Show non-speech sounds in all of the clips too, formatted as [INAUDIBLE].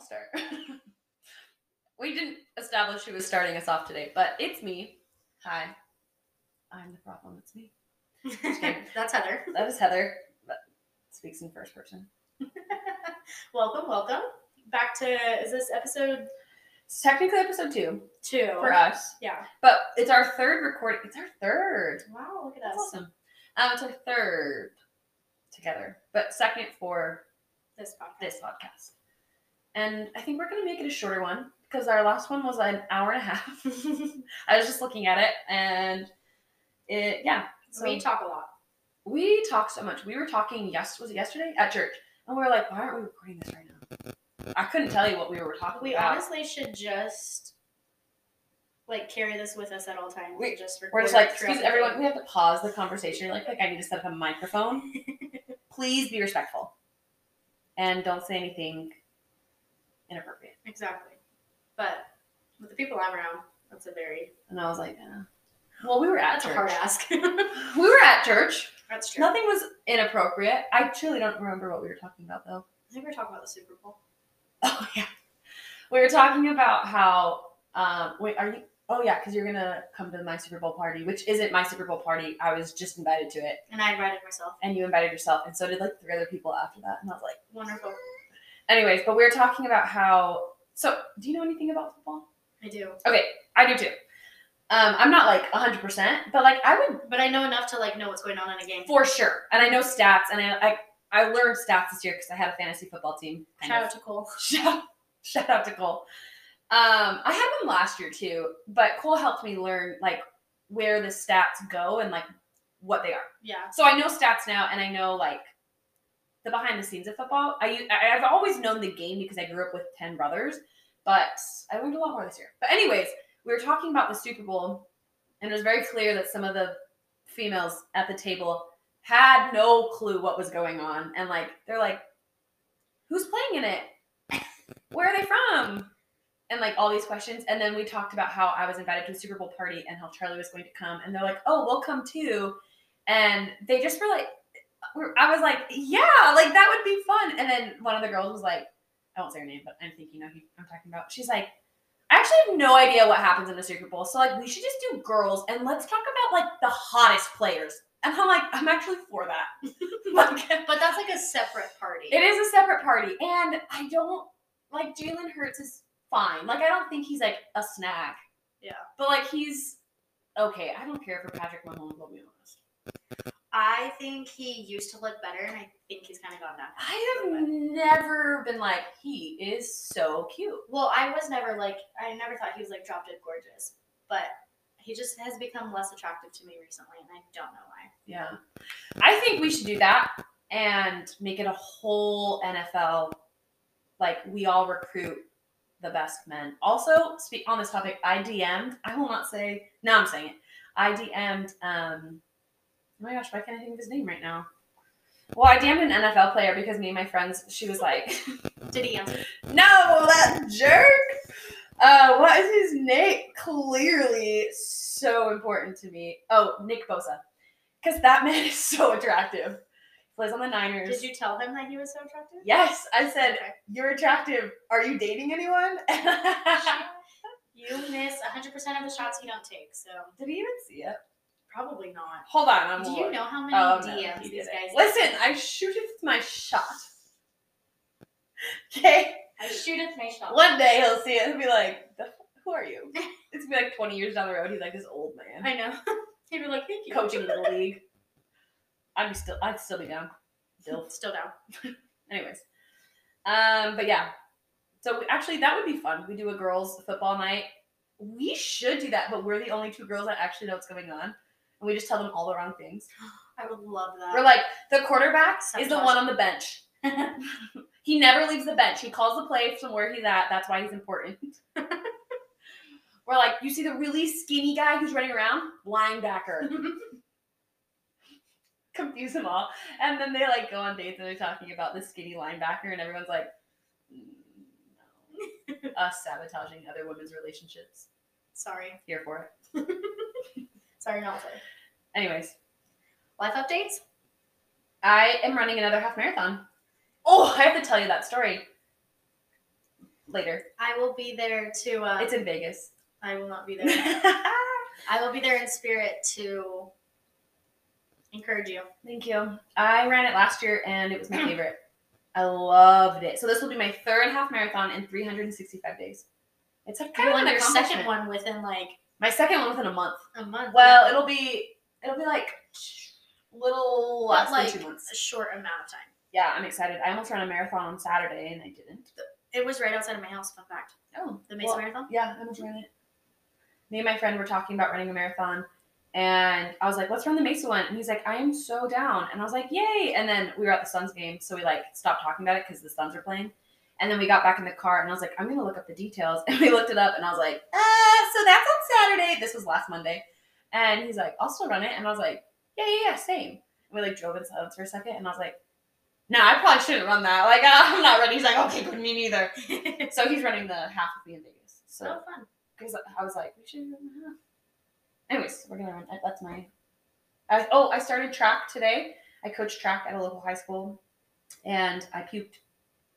start. [LAUGHS] we didn't establish who was starting us off today, but it's me. Hi. I'm the problem. It's me. [LAUGHS] That's Heather. That is Heather. That speaks in first person. Welcome, welcome. Back to is this episode It's technically episode two two? for us, Yeah. but it's our third recording. It's our third. Wow, look at That's us. awesome. Um, it's our third together, but second for This podcast. this podcast. And I think we're going to make it a shorter one because our last one was an hour and a half. [LAUGHS] I was just looking at it and it, yeah. So we talk a lot. we talk so much. We were talking, yes, was it yesterday? At church. And we were like, why aren't we recording this right now? I couldn't tell you what we were talking We about. honestly should just like carry this with us at all times. We- and just record We're just like, throughout excuse the everyone, we day. have to pause the conversation. Like, like I need to set up a [LAUGHS] microphone. Please be respectful. And don't say anything inappropriate. Exactly. But with the people I'm around, that's a very And I was like, yeah. Well, we were at that's a church. hard ask. [LAUGHS] We were at church. that's true. Nothing was inappropriate. I truly don't remember what we were talking about though. I think we're talking about the Super Bowl. Oh yeah, we were talking about how. Um, wait, are you? Oh yeah, because you're gonna come to my Super Bowl party, which isn't my Super Bowl party. I was just invited to it, And I invited myself. and you invited yourself, and so did like three other people after that. And I was like, Wonderful. anyways, but we were talking about how. So, do you know anything about football? I do. I do too. Um, I'm not like 100%, but like I would But I know enough to like know what's going on in a game. for sure. And I know stats, and I I, I learned stats this year because I had a fantasy football team. kind Shout of. out to Cole. Shout, shout out to Cole. Um, I had one last year too, but Cole helped me learn like where the stats go and like what they are. Yeah. So I know stats now, and I know like the behind the scenes of football. I u- I- I've always known the game because I grew up with ten brothers, but I learned a lot more this year. But anyways, we were talking about the Super Bowl, and it was very clear that some of the females at the table had no clue what was going on, and like they're like, "Who's playing in it? Where are they from?" And like all these questions, and then we talked about how I was invited to a Super Bowl party and how Charlie was going to come, and they're like, "Oh, we'll come too," and they just were like, we're- I was like, yeah, like that would be fun. And then one of the girls was like, I won't say her name, but I think you know who I'm talking about. She's like, I actually have no idea what happens in the Super Bowl, so like we should just do girls and let's talk about like the hottest players. And I'm like, I'm actually for that. [LAUGHS] like, But that's like a separate party. it is a separate party, and I don't like Jalen Hurts is fine. Like I don't think he's like a snag. Yeah. but like he's okay. I don't care for Patrick Mahomes. I'll be honest. I think he used to look better, and I think he's kind of gone down. I have never been like, he is so cute. Well, I was never like, I never thought he was like drop dead gorgeous, but he just has become less attractive to me recently, and I don't know why. Yeah. I think we should do that and make it a whole NFL. Like, we all recruit the best men. Also, speak on this topic, I DM'd, I will not say, no, I'm saying it. I DM'd, um, oh my gosh, why can't I think of his name right now? Well, I DM'd an NFL player because me and my friends, she was like, Did he answer? No, that jerk. Uh, what is his name? Clearly, so important to me. Oh, Nick Bosa, because that [LAUGHS] man is so attractive. Plays on the Niners. Did you tell him that he was so attractive? Yes, I said Okay. you're attractive. Are you dating anyone? [LAUGHS] [LAUGHS] You miss 100% of the shots you don't take, so Did he even see it? probably not. Hold on, I'm. Do gonna you look. know how many Oh, no, he DMs these didn't. guys Listen, I shoot it with my shot. Okay, [LAUGHS] I shoot at my shot. one day he'll see it. He'll be like, "The f- "Who are you?" [LAUGHS] It's gonna be like 20 years down the road. He's like this old man. I know. [LAUGHS] He'd be like, thank you. coaching in the league. I'm still I'd still be down. Still. Still down. Anyways. Um, but yeah. So we, actually that would be fun. We do a girls football night. We should do that, but we're the only two girls that actually know what's going on. And we just tell them all the wrong things. I would love that. We're like, the quarterback is the Sabotage. one on the bench. he never leaves the bench. He calls the play from where he's at. That's why he's important. [LAUGHS] we're like, you see the really skinny guy who's running around? Linebacker. [LAUGHS] confuse them all. And then they like go on dates and they're talking about the skinny linebacker, and everyone's like, "Mm, no. us sabotaging other women's relationships. Sorry. Here for it. Sorry, not sorry. Anyways, Life updates? I am running another half marathon. Oh, I have to tell you that story. later. I will be there to. Uh, It's in Vegas. I will not be [LAUGHS] there. [LAUGHS] Thank I will be there in spirit to encourage you. you. I ran it last year and it was my favorite. I loved it. So this will be my third half marathon in 365 days. It's a kind You're of an like your second accomplishment. one within like My second one within a month. a month. Well, yeah. it'll be it'll be like little But, less like than two a months. short amount of time. Yeah, I'm excited. I almost ran a marathon on Saturday and I didn't. It was right outside of my house. Fun fact: Oh, the Mesa well, Marathon. Yeah, I almost ran it. Me and my friend were talking about running a marathon, and I was like, "Let's run the Mesa one," and he's like, "I am so down," and I was like, "Yay!" And then we were at the Suns game, so we like stopped talking about it because the Suns were playing. And then we got back in the car, and I was like, "I'm gonna look up the details," [LAUGHS] and we looked it up, and I was like, "Ah, so that's on Saturday." This was last Monday, and he's like, "I'll still run it," and I was like, "Yeah, yeah, yeah, same." And we like drove in silence for a second, and I was like, "No, I probably shouldn't run that. Like, [LAUGHS] I'm not ready." He's like, "Okay, good, me neither." So he's running the half of me in Vegas. So so Oh, fun. because I was like, we should run the half. Anyways, we're gonna run. That's my. I, oh, I started track today. I coached track at a local high school, and I puked.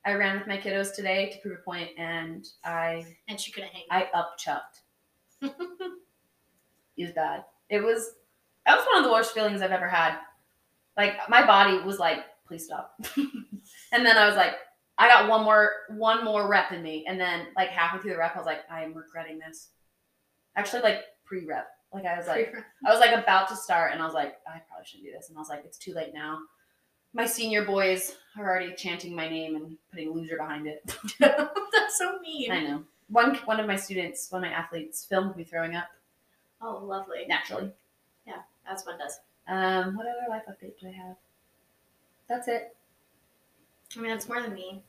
I ran with my kiddos today to prove a point, and I And she couldn't hang. I up chucked. [LAUGHS] it was bad. It was. That was one of the worst feelings I've ever had. Like my body was like, please stop. [LAUGHS] and then I was like, I got one more one more rep in me, and then like halfway through the rep, I was like, I am regretting this. Actually, like pre rep, like I was like, I was like about to start, and I was like, I probably shouldn't do this, and I was like, it's too late now. My senior boys are already chanting my name and putting loser behind it. [LAUGHS] [LAUGHS] That's so mean. I know. One one of my students, one of my athletes, filmed me throwing up Oh, lovely. naturally. That's what it does. Um, what other life update do I have? That's it. I mean, that's more than me.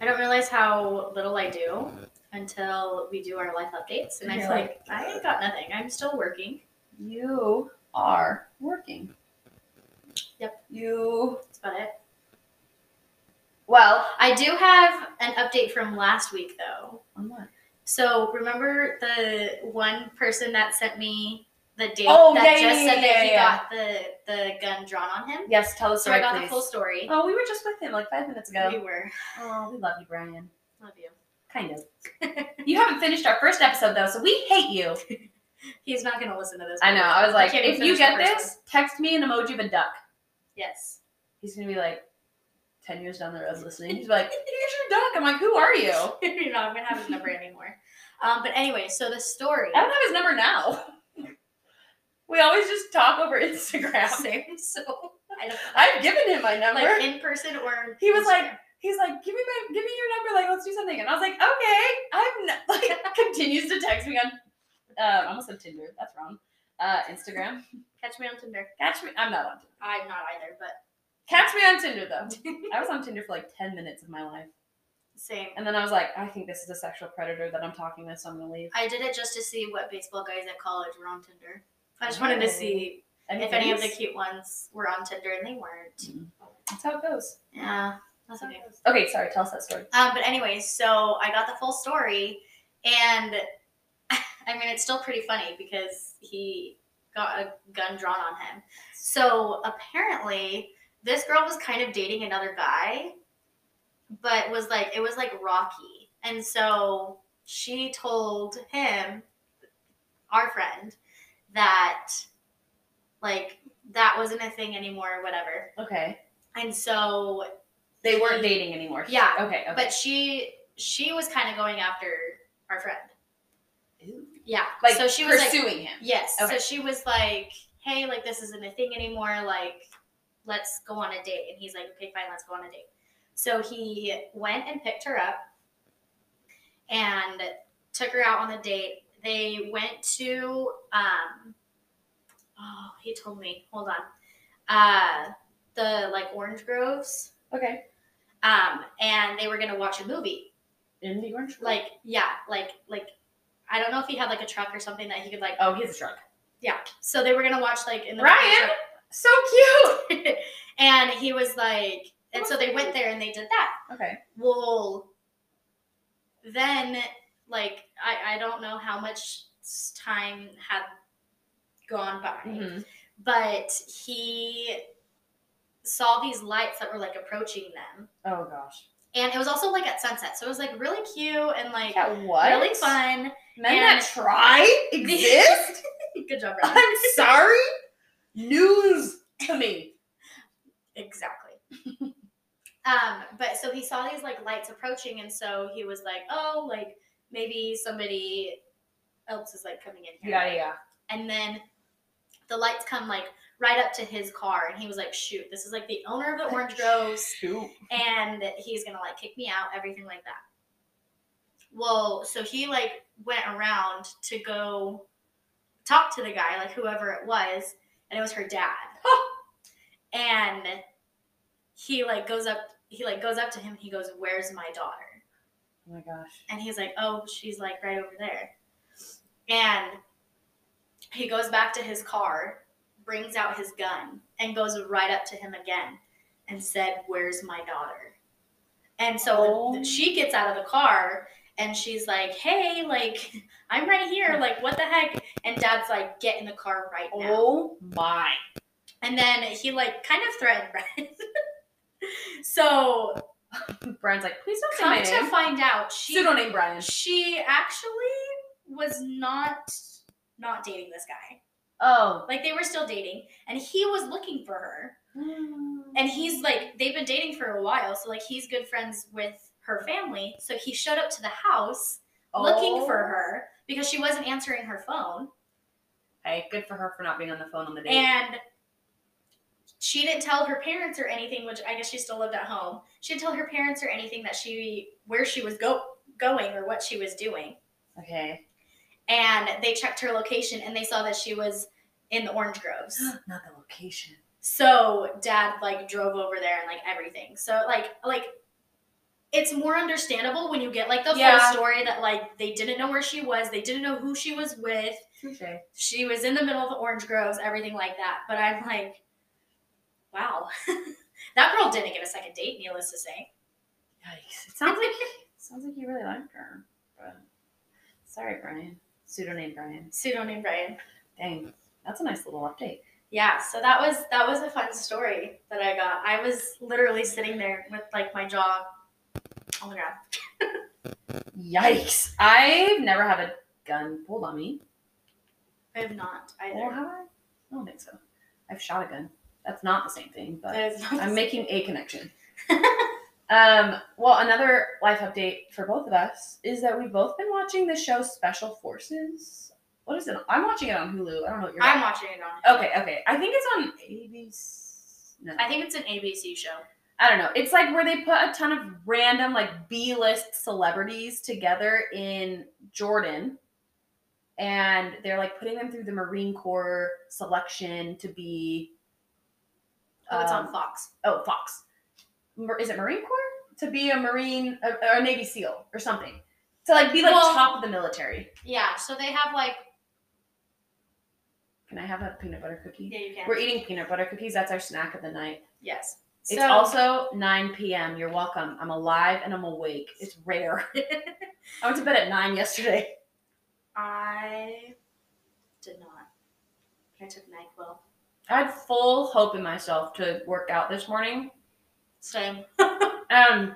I don't realize how little I do until we do our life updates, and I You're feel like I ain't got nothing. I'm still working. You are working. Yep. You That's about it. well I do have an update from last week, though. on what? So remember the one person that sent me the date Oh, that yeah, yeah, just yeah, said yeah, that he yeah. got the the gun drawn on him. Yes, tell us. So I got the full story. Oh, we were just with him like five minutes ago. We were Oh, we love you, Brian. love you. Kind [LAUGHS] of. you haven't finished our first episode though, so we hate you. He's not gonna listen to this. I know. I was like, can't even if you finish get the first this, text me an emoji of a duck. Yes. He's gonna be like, ten years down the road listening. He's like, here's your duck. I'm like, who are you? I [LAUGHS] You're not gonna have his number anymore. Um, but anyway, so the story. don't have his number now. we always just talk over Instagram. Same. So I don't I've given him my number. like in person or He was like, Instagram. He's like, give me my, give me your number. Like, let's do something. And I was like, okay. I'm n- [LAUGHS] like continues to text me on. Uh, I almost said Tinder. That's wrong. Uh, Instagram. catch me on Tinder. Catch me. I'm not on. Tinder. I'm not either, but Catch me on Tinder though. I was on Tinder for like ten minutes of my life, same. and then I was like, I think this is a sexual predator that I'm talking with, so I'm gonna leave. I did it just to see what baseball guys at college were on Tinder. I just wanted to Oh. see And if any of the he's- cute ones were on Tinder and they weren't. that's how it goes. Yeah, That's that's how it okay. goes. Okay, sorry. Tell us that story. Um, but anyway, so I got the full story, and [LAUGHS] I mean it's still pretty funny because he got a gun drawn on him. So apparently, this girl was kind of dating another guy, but was like it was like rocky, and so she told him, our friend, that like that wasn't a thing anymore, whatever. Okay. And so They weren't dating anymore. Yeah, Okay. okay. but she she was kind of going after our friend. Ew. Yeah. like so she was like pursuing him. yes. Okay. So she was like, "Hey, like this isn't a thing anymore. Like let's go on a date." And he's like, "Okay, fine, let's go on a date." So he went and picked her up and took her out on the date. They went to um oh, he told me. Hold on. Uh the like orange groves Okay. um and they were going to watch a movie In the orange. like yeah like like i don't know if he had like a truck or something that he could like oh, he has a truck. so they were gonna watch like in the Ryan! So cute. [LAUGHS] and he was like and so they went there and they did that Okay. well then like i i don't know how much time had gone by Mm-hmm. but he saw these lights that were like approaching them Oh gosh. and it was also like at sunset, so it was like really cute and like At what? really fun. Men and- that try [LAUGHS] exist? Good job, Ryan. I'm sorry. News to me. Exactly. [LAUGHS] um, but so he saw these like lights approaching, and so he was like, "Oh, like maybe somebody else is like coming in here." Yeah, yeah. And then the lights come like right up to his car, and he was like, "Shoot, this is like the owner of the orange groves, Shoot. Oh and he's gonna like kick me out, everything like that." Well, so he like went around to go talk to the guy, like whoever it was, and it was her dad. and he like goes up, he like goes up to him, and he goes, "Where's my daughter?" Oh my gosh. And he's like, oh, she's like right over there. And he goes back to his car, brings out his gun, and goes right up to him again and said, Where's my daughter? And so Oh. th- she gets out of the car and she's like, Hey, like, [LAUGHS] I'm right here. Like, what the heck? And dad's like, Get in the car right now. Oh my. And then he, like, kind of threatened Brad. [LAUGHS] so Brian's like, please don't say my come to name. find out, she Pseudonym Brian. she actually was not not dating this guy. Oh. [GASPS] Like they were still dating and he was looking for her. And he's like they've been dating for a while, so like he's good friends with her family. So he showed up to the house Oh. looking for her because she wasn't answering her phone Hey, good for her for not being on the phone on the date. and she didn't tell her parents or anything, which I guess she still lived at home. She didn't tell her parents or anything that she where she was go going or what she was doing. okay. [GASPS] and they checked her location and they saw that she was in the [GASPS] orange groves not the location. so dad like drove over there and like everything so like like it's more understandable when you get like the Yeah. full story that like they didn't know where she was they didn't know who she was with Touche. she was in the middle of the orange groves everything like that but i'm like wow [LAUGHS] that girl didn't get a second date needless to say Yikes. It sounds [LAUGHS] like sounds like you really liked her. But sorry, Brian. Pseudonym Brian. pseudonym brian Dang. That's a nice little update. yeah so that was that was a fun story that i got i was literally sitting there with like my jaw on the ground Yikes. I've never had a gun pulled on me. i have not Or either have I? I don't think so. I've shot a gun. That's not the same thing, but That is not the I'm same. making a connection. [LAUGHS] um, well, another life update for both of us is that we've both been watching the show Special Forces. What is it? I'm watching it on Hulu. I don't know what you're i'm watching it on Okay, okay. I think it's on ABC. No. i think it's an abc show I don't know. It's like where they put a ton of random like B-list celebrities together in Jordan. And they're like putting them through the Marine Corps selection to be oh it's on Um, fox oh Fox. Mar- Is it Marine Corps? To be a Marine a- or a Navy SEAL or something. To like be like Well- top of the military. yeah so they have like Can I have a peanut butter cookie? yeah you can We're eating peanut butter cookies. That's our snack of the night. yes It's also 9 p.m. You're welcome. I'm alive and I'm awake. It's rare. [LAUGHS] I went to bed at 9 yesterday. i did not i took nyquil I had full hope in myself to work out this morning. same Um,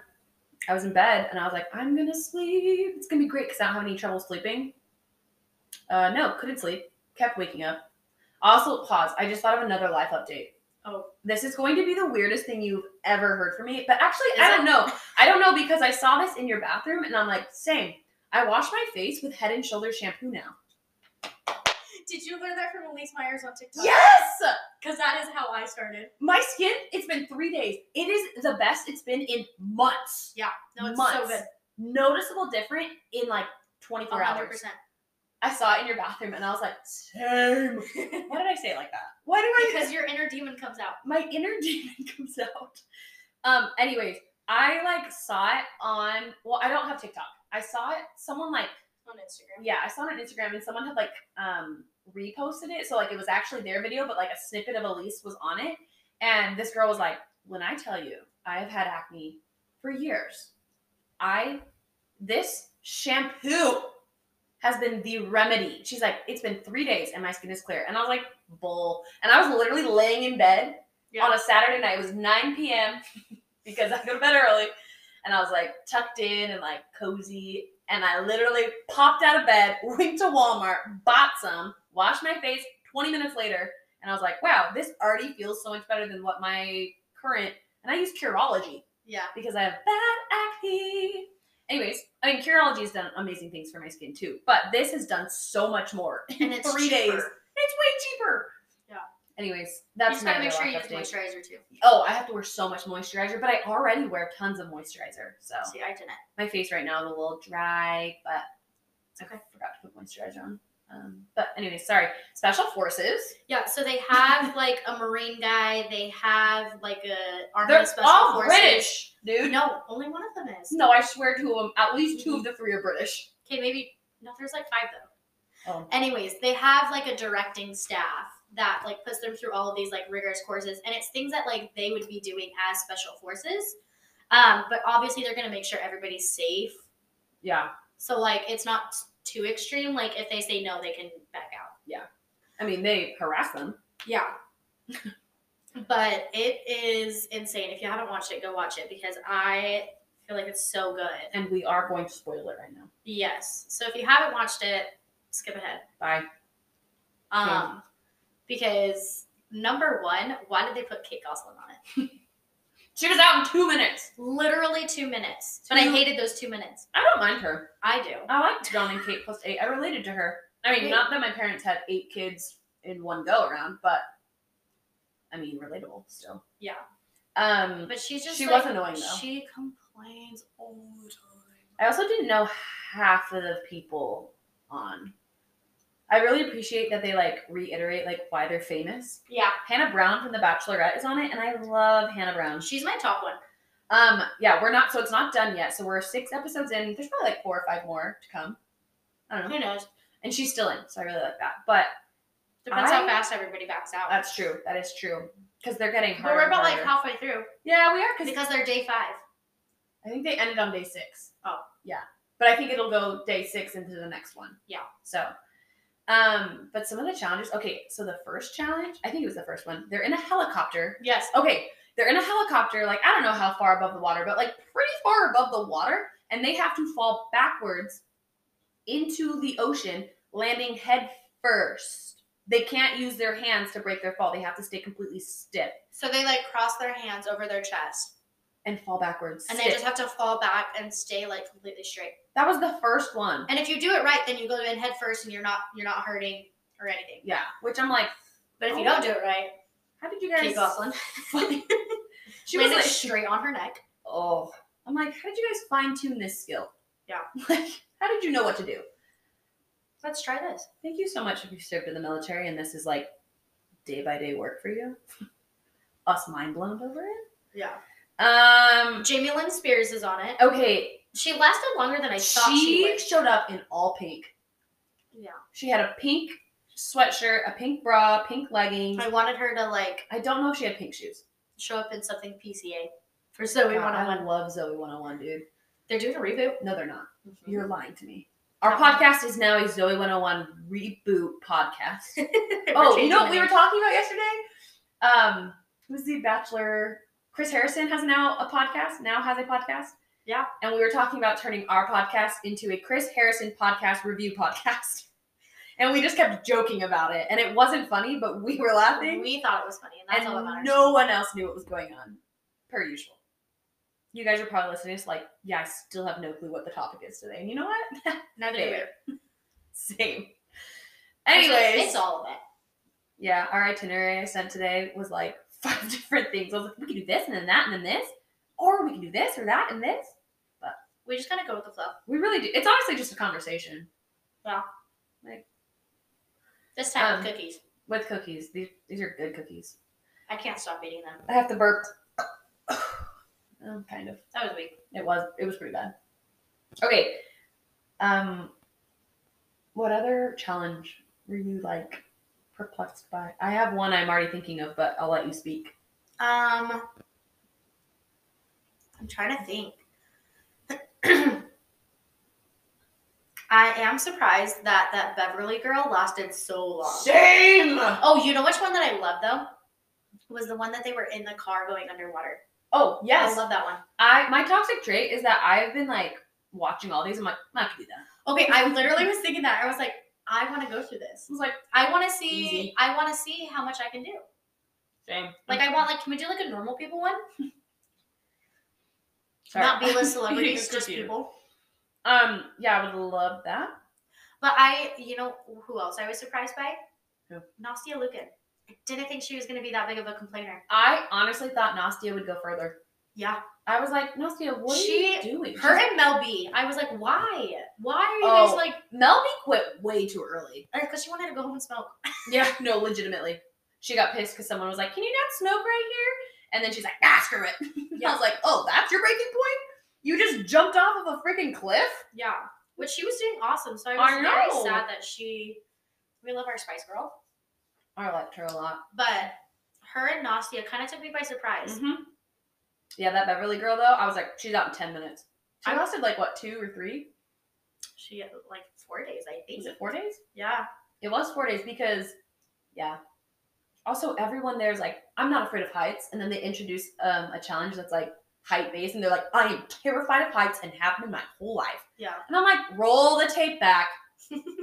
I was in bed and I was like, I'm gonna sleep. It's gonna be great because I don't have any trouble sleeping. Uh, no, couldn't sleep. Kept waking up. Also, pause. I just thought of another life update. Oh. this is going to be the weirdest thing you've ever heard from me. But actually, Is I it? don't know. I don't know because I saw this in your bathroom and I'm like, same. I wash my face with Head and Shoulders shampoo now. did you learn that from elise myers on tiktok Yes, because that is how i started my skin. It's been three days. It is the best it's been in months. no it's so Months. good Noticeable different in like 24 100 hours. percent I saw it in your bathroom and I was like, same. [LAUGHS] Why did I say it like that? Why do I? because your inner demon comes out my inner [LAUGHS] demon comes out. Um, anyways, I like saw it on well, I don't have TikTok. I saw it someone like on instagram yeah, I saw it on Instagram and someone had like um reposted it. So like it was actually their video, but like a snippet of Elise was on it. And this girl was like, When I tell you I have had acne for years, I this shampoo has been the remedy. She's like, It's been three days and my skin is clear. And I was like, bull. And I was literally laying in bed Yeah. [LAUGHS] on a Saturday night. It was 9 p.m. because I go to bed early. and I was like tucked in and like cozy. And I literally popped out of bed, [LAUGHS] went to Walmart, bought some, washed my face 20 minutes later, and I was like, wow, this already feels so much better than what my current and I use Curology Yeah. because I have bad acne. Anyways, I mean Curology has done amazing things for my skin too, but this has done so much more. [LAUGHS] And it's Three cheaper. days. It's way cheaper. Yeah. Anyways, You that's just gotta my make sure you lock use update. moisturizer too. Oh, I have to wear so much moisturizer, but I already wear tons of moisturizer. So See, I didn't. my face right now is a little dry, but It's okay. I forgot to put moisturizer on. Um, but anyway, sorry. Special forces. Yeah, so they have like a Marine guy. They have like a Army They're Special all Forces. British, dude. No, only one of them is. No, I swear to them, at least two of the three are British. Okay, maybe no. There's like five though. Oh. Anyways, they have like a directing staff that like puts them through all of these like rigorous courses, and it's things that like they would be doing as special forces. Um, but obviously, they're gonna make sure everybody's safe. Yeah. So like, it's not too extreme. Like if they say no, they can back out. I mean, they harass them. Yeah. but it is insane. If you haven't watched it, go watch it because I feel like it's so good. And we are going to spoil it right now. Yes. So if you haven't watched it, skip ahead. Bye. Um, because number one, why did they put Kate Gosselin on it? She was out in two minutes. Literally two minutes. But I Two- hated those two minutes. I don't mind her. I do. I liked John and Kate plus eight. I related to her. I mean, Great. not that my parents had eight kids in one go around, but I mean, relatable still. Yeah. Um, But she's just She like- was annoying, though. She complains all the time. I also didn't know half of the people on. I really appreciate that they like reiterate like why they're famous. Yeah. Hannah Brown from The Bachelorette is on it, and I love Hannah Brown. She's my top one. Um, yeah, we're not so it's not done yet. So we're six episodes in. There's probably like four or five more to come. I don't know. Who knows? And she's still in, so I really like that. But Depends how I- fast everybody backs out. that's true. That is true because they're getting But harder. we're about and like harder. halfway through yeah, we are because because they're day five. I think they ended on day six. Oh. yeah, but I think it'll go day six into the next one. Yeah. So, um, but some of the challenges. Okay, so the first challenge, I think it was the first one. They're in a helicopter. Yes. Okay, they're in a helicopter. Like I don't know how far above the water, but like pretty far above the water, and they have to fall backwards into the ocean, landing head first. They can't use their hands to break their fall. They have to stay completely stiff So they like cross their hands over their chest and fall backwards. and they stiff. just have to fall back and stay like completely straight. that was the first one. And if you do it right, then you go in head first and you're not you're not hurting or anything. Yeah, which I'm like, But if you Oh. don't do it right, how did you guys? [LAUGHS] Kate Gosselin she was landed like, straight on her neck. oh, I'm like, how did you guys fine tune this skill? Yeah. [LAUGHS] like, how did you know what to do? Let's try this. Thank you so much if you served in the military and this is like day by day work for you. [LAUGHS] Us mind blown over it. Yeah. Um. Jamie Lynn Spears is on it. Okay, She lasted longer than I thought she, she would. showed up in all pink. Yeah. She had a pink sweatshirt, a pink bra, pink leggings. I wanted her to like I don't know if she had pink shoes. show up in something PCA for Zoe God, 101. I love Zoe 101, dude. They're doing a reboot. No, they're not. You're lying to me. Our Not podcast is now a Zoe 101 reboot podcast. [LAUGHS] We're oh, you changing know the what we were name. talking about yesterday? Um, who's the Bachelor? Chris Harrison has now a podcast, now has a podcast. Yeah. And we were talking about turning our podcast into a Chris Harrison podcast review podcast. [LAUGHS] And we just kept joking about it. And it wasn't funny, but we were laughing. We thought it was funny, and that's all that matters. and no one else knew what was going on, per usual. You guys are probably listening. It's like, yeah, I still have no clue what the topic is today. And you know what? neither do we. Fair. Same. It's- Anyways, it's all of it. yeah, our itinerary I sent today was like [LAUGHS] five different things. I was like, we can do this and then that and then this, or we can do this or that and this. We just kind of go with the flow. We really do. It's honestly just a conversation This time Um, with cookies. with cookies. These these are good cookies. I can't stop eating them. I have to [SIGHS] burp. um, kind of. That was weak. It was. It was pretty bad. Okay. Um. What other challenge were you like perplexed by? I have one I'm already thinking of, but I'll let you speak. Um, I'm trying to think. [CLEARS THROAT] I am surprised that that Beverly girl lasted so long. Shame. Oh, you know which one that I love though was the one that they were in the car going underwater. Oh yes, I love that one. I my toxic trait is that I've been like watching all these. I'm like, I'm not gonna do that. Okay, I literally was thinking that. I was like, I want to go through this. I was like, I want to see. Easy. I want to see how much I can do. same. Like, I want like, can we do like a normal people one? Sorry. Not B-list celebrities, Your just computer. people. [LAUGHS] Um, yeah, I would love that. But I, you know, who else I was surprised by? Who? Nastia Lukin. I didn't think she was going to be that big of a complainer. I honestly thought Nastia would go further. Yeah. I was like, Nastia, what She- are you doing? Her She's- and Mel B. I was like, why? Why are you Oh. guys like? Melby quit way too early. Because she wanted to go home and smoke. Yeah, [LAUGHS] no, legitimately. She got pissed because someone was like, Can you not smoke right here? And then she's like, Ah, screw it. [LAUGHS] And I was like, Oh, that's your breaking point? You just jumped off of a freaking cliff? Yeah. Which she was doing awesome. So I I was very know. sad that she. We love our Spice Girl, I liked her a lot. but her and Nastia kind of took me by surprise. Mhm. Yeah, that Beverly girl, though, I was like, She's out in 10 minutes. She I- lasted like, what, two or three? She had like four days, I think. Was it four days? Yeah. It was four days because, yeah. Also, everyone there's like, I'm not afraid of heights, and then they introduce um, a challenge that's like height based, and they're like, I am terrified of heights and have been my whole life. Yeah. And I'm like, roll the tape [LAUGHS] back.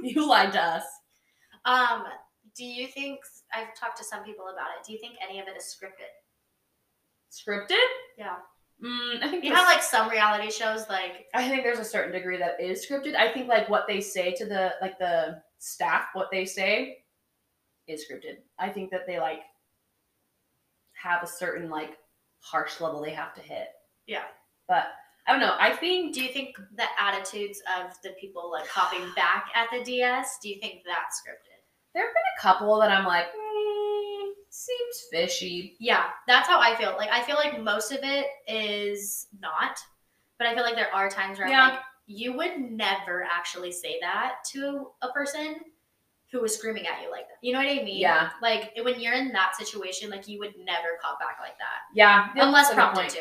you lied to us. Um, do you think I've talked to some people about it? Do you think any of it is scripted? Scripted? Yeah. Mm, I think You there's- have like some reality shows like I think there's a certain degree that is scripted. I think like what they say to the like the staff, what they say is scripted. I think that they like have a certain like harsh level they have to hit. Yeah. But I don't know. I think do you think the attitudes of the people like popping back at the DS, do you think that's scripted? there have been a couple that I'm like, mm, seems fishy. Yeah, that's how I feel. Like I feel like most of it is not, but I feel like there are times where Yeah. I'm like, you would never actually say that to a person who was screaming at you like that. You know what I mean? Yeah. Like when you're in that situation, like you would never cop back like that Yeah. that's unless a good prompted point. to.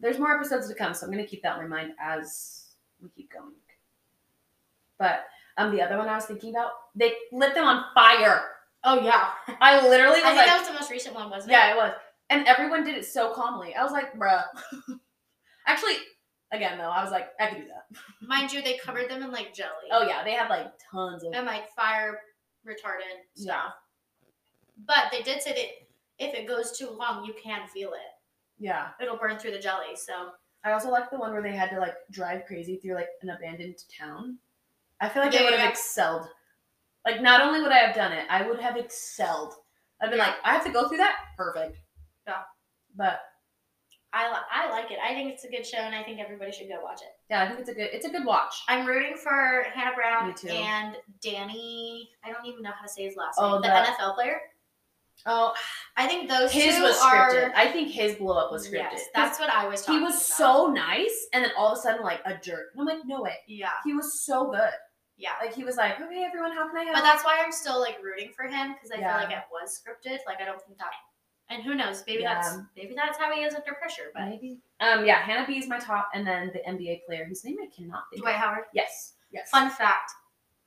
There's more episodes to come, so I'm gonna keep that in my mind as we keep going. But um, the other one I was thinking about, they lit them on fire. Oh yeah, I literally was I think like, that was the most recent one, wasn't it? Yeah, it was. And everyone did it so calmly. I was like, bruh. [LAUGHS] Actually, again though, I was like, I could do that. Mind you, they covered them in like jelly Oh yeah, they had like tons of and like fire retardant stuff. yeah. But they did say that if it goes too long, you can feel it. Yeah. It'll burn through the jelly. So I also like the one where they had to like drive crazy through like an abandoned town. I feel like Yeah, I would yeah, have yeah. excelled. Like not only would I have done it, I would have excelled. I'd been Yeah. like, I have to go through that? Perfect. Yeah. But I li- I like it. I think it's a good show, and I think everybody should go watch it. yeah, I think it's a good it's a good watch. I'm rooting for Hannah Brown Me too. and Danny. I don't even know how to say his last Oh, name. The that- NFL player. Oh I think those his two was are. scripted. I think his blow up was scripted. Yes, that's what I was talking he was about. so nice and then all of a sudden like a jerk and i'm like no way Yeah, he was so good yeah. like he was like okay everyone how can i help But that's why I'm still like rooting for him because I Yeah. feel like it was scripted. Like I don't think that. And who knows? Maybe Yeah. that's maybe that's how he is under pressure. But maybe um yeah hannah b is my top and then the nba player whose name i cannot think Dwight of Howard. yes yes Fun fact: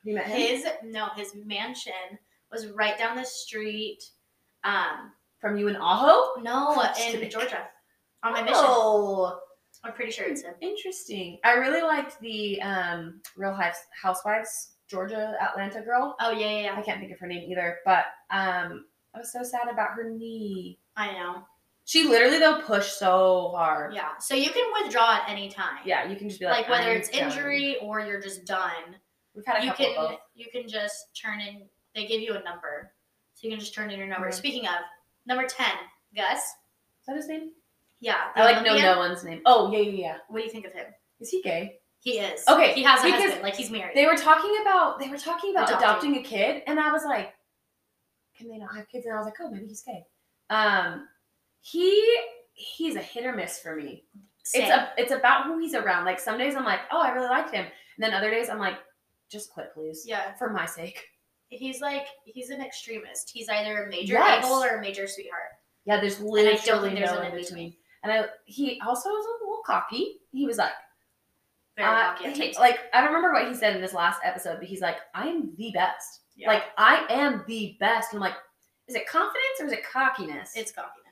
you met him his no, his mansion was right down the street. Um, from you in aho [LAUGHS] no, Just in kidding. Georgia, on my mission. oh I'm pretty sure it's him. interesting i really liked the um real Hives- housewives georgia atlanta girl Oh yeah, yeah, i yeah. can't think of her name either but um i was so sad about her knee I know. she literally though pushed so hard Yeah. So you can withdraw at any time. Yeah, you can just be like, Like whether "I'm it's done." injury or you're just done, We've had a you couple can of both. you can just turn in. They give you a number, so you can just turn in your number. Mhm. Speaking of number ten, Gus. Is that his name? Yeah. the I like know Olympian. no one's name. Oh yeah, yeah, yeah. What do you think of him? Is he gay? He is. Okay, He has a because husband. Like he's married. They were talking about they were talking about adopting. Adopting. a kid, and I was like, can they not have kids? And I was like, oh, maybe he's gay. Um, he he's a hit or miss for me. It's Same. a, it's about who he's around. Like some days I'm like, oh, I really liked him, and then other days I'm like, just quit, please, yeah. for my sake. he's like he's an extremist. He's either a major Yes. eagle or a major sweetheart. Yeah, there's And I literally don't think there's no an in in between. And I he also was a little cocky. He was like. Very Uh, cocky at he- times. like I don't remember what he said in this last episode, but he's like, "I am the best. Yeah. Like I am the best." And I'm like, is it confidence or is it cockiness? it's cockiness.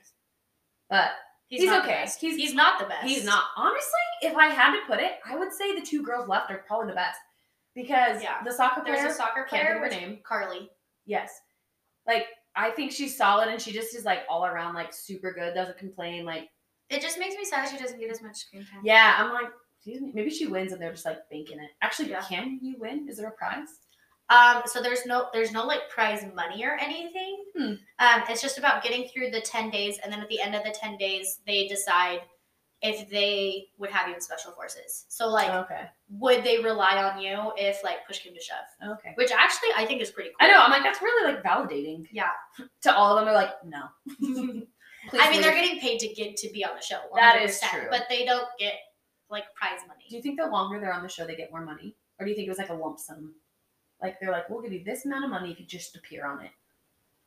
but He's not the okay. best. He's- He's, not the best. He's not. Honestly, if I had to put it, I would say the two girls left are probably the best because Yeah. the soccer There's player, a soccer can't think player. of her which- name. Carly. Yes, like I think she's solid and she just is like all around like super good. Doesn't complain. Like It just makes me sad she doesn't get as much screen time. yeah, I'm like excuse me, maybe she wins and they're just like banking it. Actually, Yeah. can you win? Is there a prize? Um, so there's no there's no like prize money or anything. Hmm. Um, it's just about getting through the ten days, and then at the end of the ten days, they decide if they would have you in special forces. So like, okay, would they rely on you if like push came to shove? okay. Which actually I think is pretty cool. I know. I'm like that's really like validating. Yeah. To all of them, they're like no. [LAUGHS] Please I mean, they're leave. getting paid to get to be on the show. That is 100%, true. but they don't get like prize money. Do you think the longer they're on the show, they get more money, or do you think it was like a lump sum? Like they're like, we'll give you this amount of money if you just appear on it.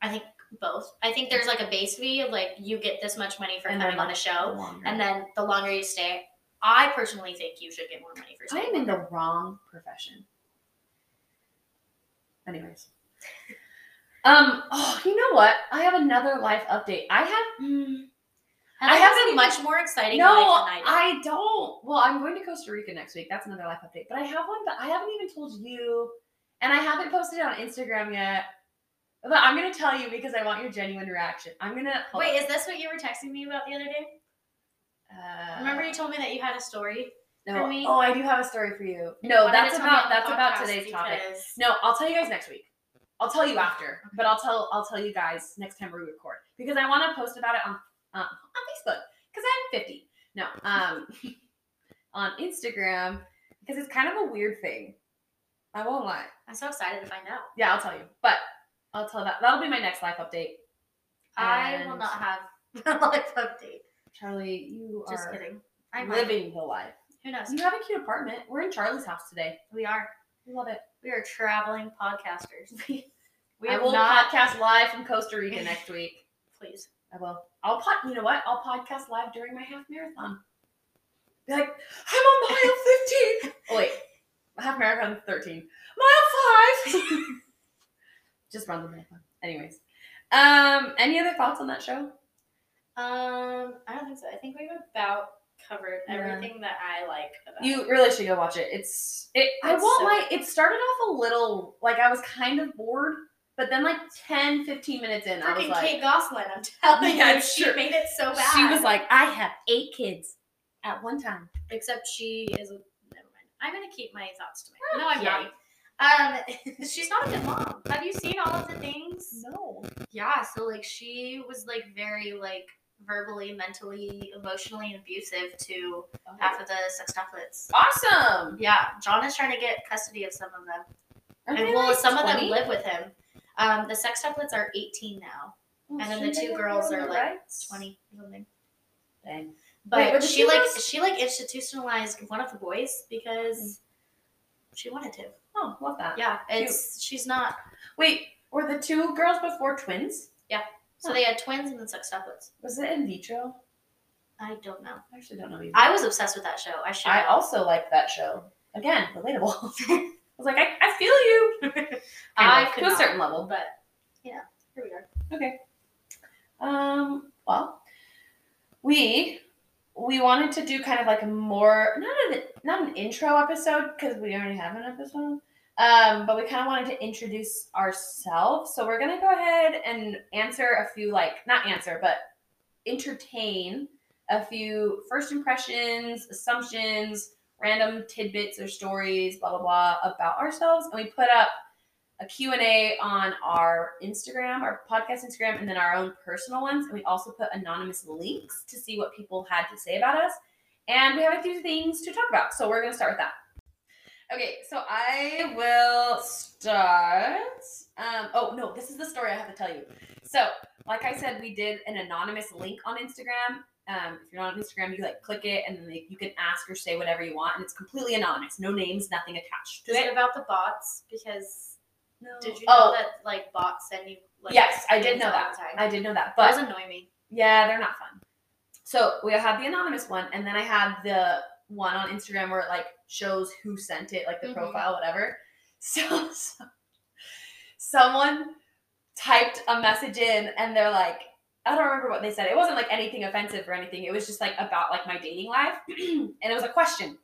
I think both. I think there's like a base fee of like you get this much money for And coming then, Mm-hmm. on the like, show, longer. and then the longer you stay, I personally think you should get more money for I staying. am in the wrong profession. Anyways. Um, oh, you know what? I have another life update. I have mm, And I, I have haven't a much more exciting no, life than I I don't. Well, I'm going to Costa Rica next week. That's another life update. But I have one that I haven't even told you, and I haven't posted it on Instagram yet. But I'm gonna tell you because I want your genuine reaction. I'm gonna do. hold Wait, is this what you were texting me about the other day? Uh, Remember you told me that you had a story? no, for me? Oh, I do have a story for you. You No, wanted Oh, that's to tell me on about the that's about podcast today's topic. because- No, I'll tell you guys next week. I'll tell you after, but I'll tell I'll tell you guys next time we record because I want to post about it on um, on Facebook because I'm 50. No, [LAUGHS] um, on Instagram because it's kind of a weird thing. I won't lie. I'm so excited to find out. Yeah, I'll tell you, but I'll tell that. That'll be my next life update. I will And- not have [LAUGHS] a life update. Charlie, you Just are kidding. I might. living the life. Who knows? You have a cute apartment. We're in Charlie's house today. We are. I love it. We are traveling podcasters. [LAUGHS] We I have will not. podcast live from Costa Rica next week. Please. I will. I'll pod. You know what? I'll podcast live during my half marathon. Be like, I'm on mile fifteen. [LAUGHS] oh wait, half marathon thirteen. Mile five. [LAUGHS] Just run the marathon. Anyways, um, any other thoughts on that show? Um, I don't think so. I think we've about covered Yeah. everything that I like about it. You really should go watch it. It's it. I It's won't so- lie. It started off a little like I was kind of bored, but then like 10, 15 minutes in, I was Freaking like, Kate Gosselin, I'm [LAUGHS] telling Yeah, you, it's she true. made it so bad. She was like, I have eight kids at one time. except she is. Never mind. I'm gonna keep my thoughts to myself. No, I'm Okay. not. Um, [LAUGHS] she's not a good mom. Have you seen all of the things? No. Yeah. So like, she was like very like verbally, mentally, emotionally abusive to half of the sextuplets. Awesome. Yeah, John is trying to get custody of some of them. Aren't And they, well, like, some of 20? them live with him. Um, the sextuplets are 18 now, Well, and then the shouldn't two they girls have are their like rights? 20 or something. Dang. But, Wait, but did she she like roast- she like institutionalized one of the boys because Mm. she wanted to. Oh, love that. Yeah, it's she's not. Wait, were the two girls before twins? So Huh. they had twins and then sextuplets. Was it in vitro? I don't know. I actually don't know either. I was obsessed with that show. I should. I also like that show. Again, relatable. [LAUGHS] I was like, I, I feel you. I Kind of, could to a not, certain level. but yeah, here we are. Um, well, we we wanted to do kind of like a more not an not an intro episode because we already have an episode. Um, but we kind of wanted to introduce ourselves, so we're gonna go ahead and answer a few like not answer but entertain a few first impressions, assumptions, random tidbits or stories, blah blah blah about ourselves, and we put up a Q&A on our Instagram, our podcast Instagram, and then our own personal ones. And we also put anonymous links to see what people had to say about us. And we have a few things to talk about. So we're going to start with that. Okay, so I will start. Um, oh, no, this is the story I have to tell you. So, like I said, we did an anonymous link on Instagram. Um, if you're not on Instagram, you like click it and then like, you can ask or say whatever you want. And it's completely anonymous. No names, nothing attached to Is it it. about the bots? Because No. did you Oh, know that like bots send you? Like, Yes, I did things know all the time? I did know that. But But Those annoy me. Yeah, they're not fun. So we had the anonymous one, and then I had the one on Instagram where it like shows who sent it, like the Mhm. profile, whatever. [LAUGHS] So, so someone typed a message in, and they're like, I don't remember what they said. It wasn't like anything offensive or anything. It was just like about like my dating life, [CLEARS THROAT] and it was a question,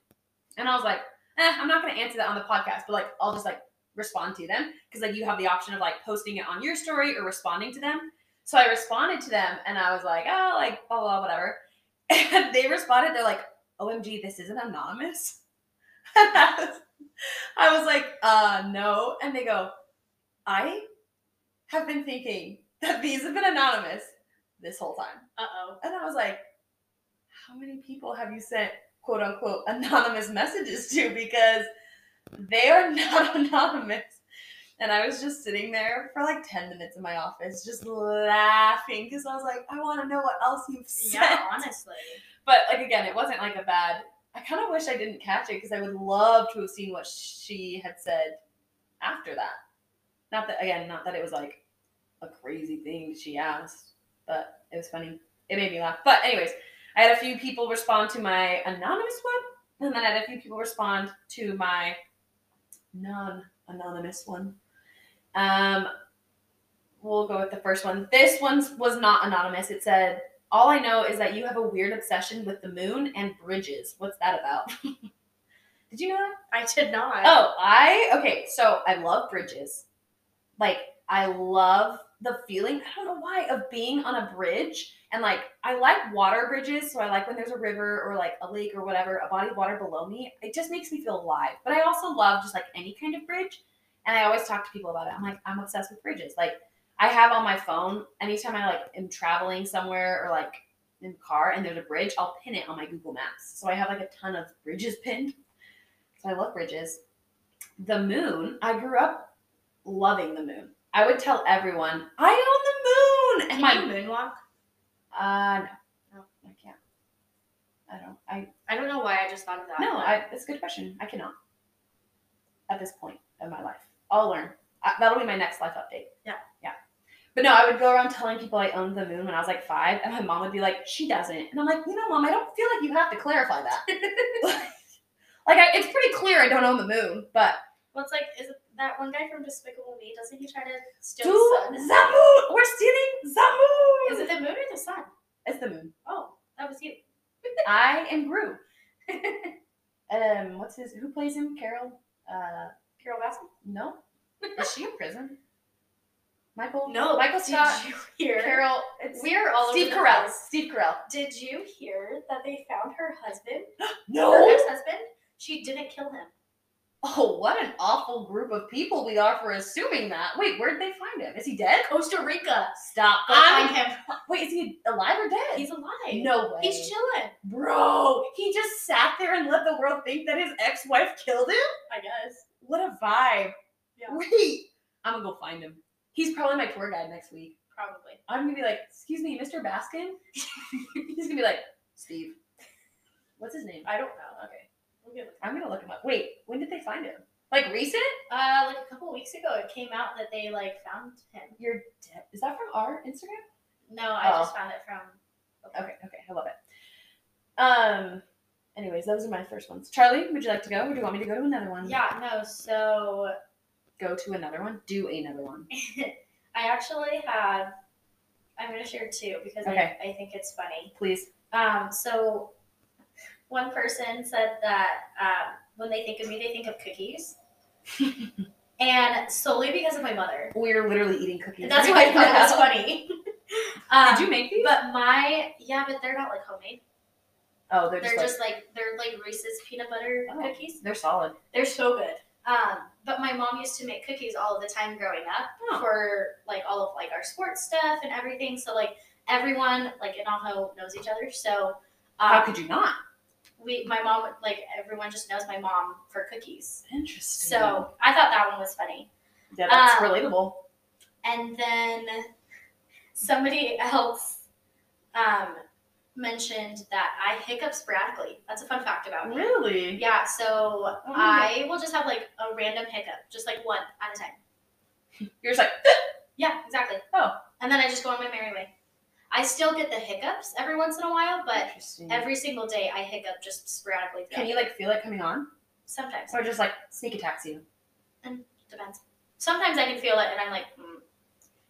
and I was like, eh, I'm not gonna answer that on the podcast, but like I'll just like respond to them because like you have the option of like posting it on your story or responding to them. So I responded to them, and I was like, oh, like blah blah whatever, [LAUGHS] and they responded. They're like, OMG, this isn't anonymous. [LAUGHS] And I was, I was like, uh, no, and they go, I have been thinking that these have been anonymous this whole time. Uh oh. And I was like, how many people have you sent quote unquote anonymous messages to? Because they are [LAUGHS] not anonymous. And I was just sitting there for like 10 minutes in my office, just laughing because I was like, I want to know what else you've sent. Yeah, honestly. But like, again, it wasn't like a bad. I kind of wish I didn't catch it because I would love to have seen what she had said after that. Not that, again, not that it was like a crazy thing she asked, but it was funny. It made me laugh. But anyways, I had a few people respond to my anonymous one, and then I had a few people respond to my non-anonymous one. Um, we'll go with the first one. This one was not anonymous. It said, "All I know is that you have a weird obsession with the moon and bridges. What's that about?" [LAUGHS] Did you know that? I did not. Oh, I okay. So I love bridges. Like I love the feeling. I don't know why of being on a bridge and like I like water bridges. So I like when there's a river or like a lake or whatever, a body of water below me. It just makes me feel alive. But I also love just like any kind of bridge. And I always talk to people about it. I'm like I'm obsessed with bridges. Like I have on my phone anytime I like am traveling somewhere or like in the car and there's a bridge, I'll pin it on my Google Maps. So I have like a ton of bridges pinned. So I love bridges. The moon, I grew up loving the moon. I would tell everyone, I own the moon. Can And my you moonwalk? uh no. No. I can't. I don't I I don't know why I just thought of that. no, but- I it's a good question. I cannot. At this point of my life. I'll learn. I, that'll be my next life update. Yeah. Yeah. But no, I would go around telling people I owned the moon when I was like five, and my mom would be like, she doesn't. And I'm like, you know, mom, I don't feel like you have to clarify that. [LAUGHS] like, I, it's pretty clear I don't own the moon, but Well, it's like is it that one guy from Despicable Me? Doesn't he try to steal Do the sun? the moon. We're stealing the moon. Is it the moon or the sun? It's the moon. Oh, that was you. I am Gru. [LAUGHS] um, what's his? Who plays him? Carol. Uh, Carol Baskin. no. Is she in prison? Michael. No, Michael did Scott. [LAUGHS] you hear? Carol. It's We're all Steve over the Carell. place. Steve Carell. Did you hear that they found her husband? Her No. ex-husband? She didn't kill [LAUGHS] him. Oh, what an awful group of people we are for assuming that. Wait, where'd they find him? Is he dead? Costa Rica. Stop. Go I'm- find [LAUGHS] him. Wait, is he alive or dead? He's alive. no way. He's chilling. Bro, he just sat there and let the world think that his ex-wife killed him? I guess. What a vibe. Yeah. Wait. I'm gonna go find him. He's probably my tour guide next week. Probably. I'm gonna be like, excuse me, Mr. Baskin? [LAUGHS] He's gonna be like, Steve. What's his name? I don't know. Okay. We'll give it- I'm gonna look him up. Wait, when did they find him? Like recent? Uh, like a couple weeks ago, it came out that they like found him. You're dead. Is that from our Instagram? No, I Oh. just found it from. Okay, okay, I love it. Um, anyways, those are my first ones. Charlie, would you like to go or do you want me to go to another one? Yeah, no, so Go to another one? Do another one. I actually have. I'm going to share two because Okay. I, I think it's funny. Please. Um, so, one person said that um, when they think of me, they think of [LAUGHS] cookies. and solely because of my mother. We're literally eating cookies. [LAUGHS] That's why right I thought it was now. funny. [LAUGHS] um, Did you make these? But my. Yeah, but they're not like homemade. oh, they're They're, just, like, just, like, they're like Reese's peanut butter Oh. cookies. they're solid. They're so good. Um, but my mom used to make cookies all the time growing up Oh. for like all of like our sports stuff and everything. So like everyone like in Aho knows each other. So How um, could you not? we, my mom, would- like everyone just knows my mom for cookies. Interesting. So I thought that one was funny. yeah, that's um, relatable. And then somebody else um, mentioned that I hiccup sporadically. That's a fun fact about me. Really? Yeah, so Oh my I will just have like a random hiccup, just like one at a time. Mm-hmm. You're just like, Yeah, exactly. Oh. And then I just go on my merry way. I still get the hiccups every once in a while, but interesting. every single day I hiccup just sporadically. throughout. Can you like feel it coming on? Sometimes. Or just like sneak attacks you? Depends. Sometimes I can feel it and I'm like, mm.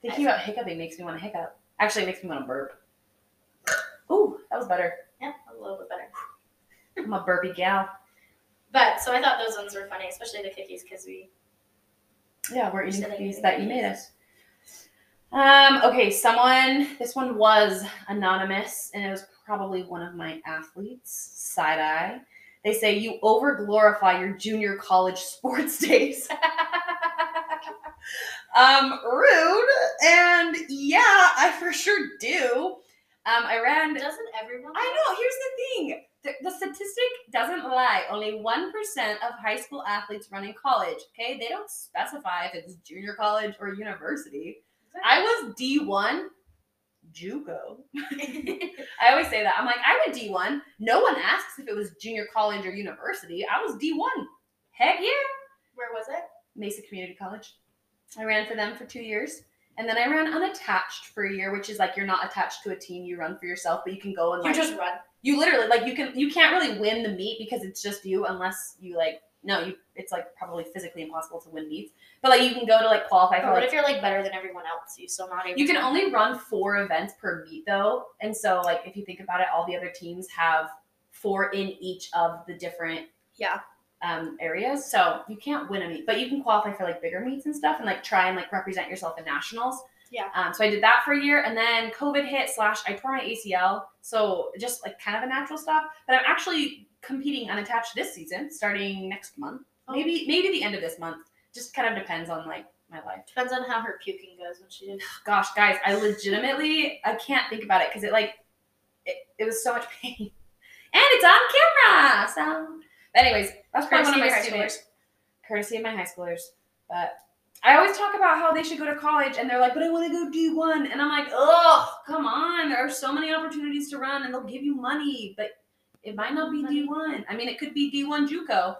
Thinking about hiccuping makes me want to hiccup. Actually, it makes me want to burp. Ooh, that was better. Yeah, a little bit better. I'm a burpy gal. But so I thought those ones were funny, especially the cookies because we Yeah, we're eating Should I cookies eat that you cookies? made us. Um, okay, someone, this one was anonymous, and it was probably one of my athletes, side eye. They say, You over glorify your junior college [LAUGHS] sports days. [LAUGHS] um, rude. And yeah, I for sure do. Um, I ran doesn't everyone. I know. Here's the thing: the, the statistic doesn't lie. Only one percent of high school athletes run in college. Okay, they don't specify if it's junior college or university. I was D one, JUCO. [LAUGHS] I always say that. I'm like, I went D one. No one asks if it was junior college or university. I was D one. Heck yeah. Where was it? Mesa Community College. I ran for them for two years. And then I ran unattached for a year, which is like you're not attached to a team, you run for yourself, but you can go and You like just run. you literally like you can you can't really win the meet because it's just you unless you like no you it's like probably physically impossible to win meets but like you can go to like qualify But for what if like you're like better than everyone else? You still not able. you can to- only run four events per meet though and so like if you think about it all the other teams have four in each of the different Yeah. um areas so you can't win a meet but you can qualify for like bigger meets and stuff and like try and like represent yourself in nationals Yeah. um so i did that for a year and then covid hit slash i tore my acl so just like kind of a natural stop but i'm actually competing unattached this season starting next month Oh. maybe maybe the end of this month just kind of depends on like my life Depends on how her puking goes when [SIGHS] she did. gosh guys i legitimately i can't think about it because it like it, it was so much pain [LAUGHS] and it's on camera so but anyways that's probably one of Courtesy of my your high students courtesy of my high schoolers but i always talk about how they should go to college and they're like but i want to go d1 and i'm like oh come on there are so many opportunities to run and they'll give you money but it might not be Money. d1 i mean it could be d1 juco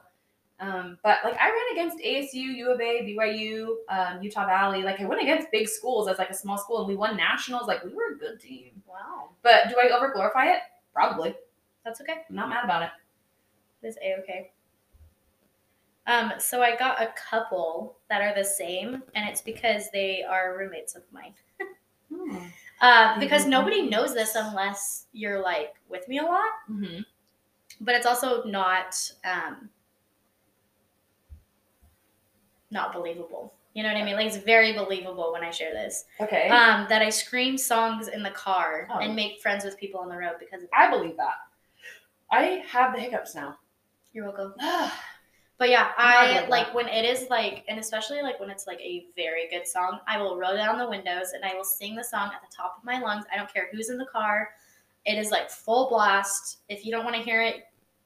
um, but like I ran against ASU, U of A, BYU, um, Utah Valley. Like I went against big schools as like a small school, and we won nationals. Like we were a good team. Wow, But do I overglorify it? Probably. that's okay. I'm not mad about it. It is a okay. Um, so I got a couple that are the same, and it's because they are roommates of mine. Uh, because Mhm. nobody knows this unless you're like with me a lot, Mm-hmm. but it's also not um, not believable. You know what I mean? Like it's very believable when I share this. Okay. Um, that I scream songs in the car Oh. and make friends with people on the road because of I believe that. I have the hiccups now. [SIGHS] you're welcome. I But yeah, I I love like that. when it is like, and especially like when it's like a very good song, I will roll down the windows and I will sing the song at the top of my lungs. I don't care who's in the car. It is like full blast. If you don't want to hear it,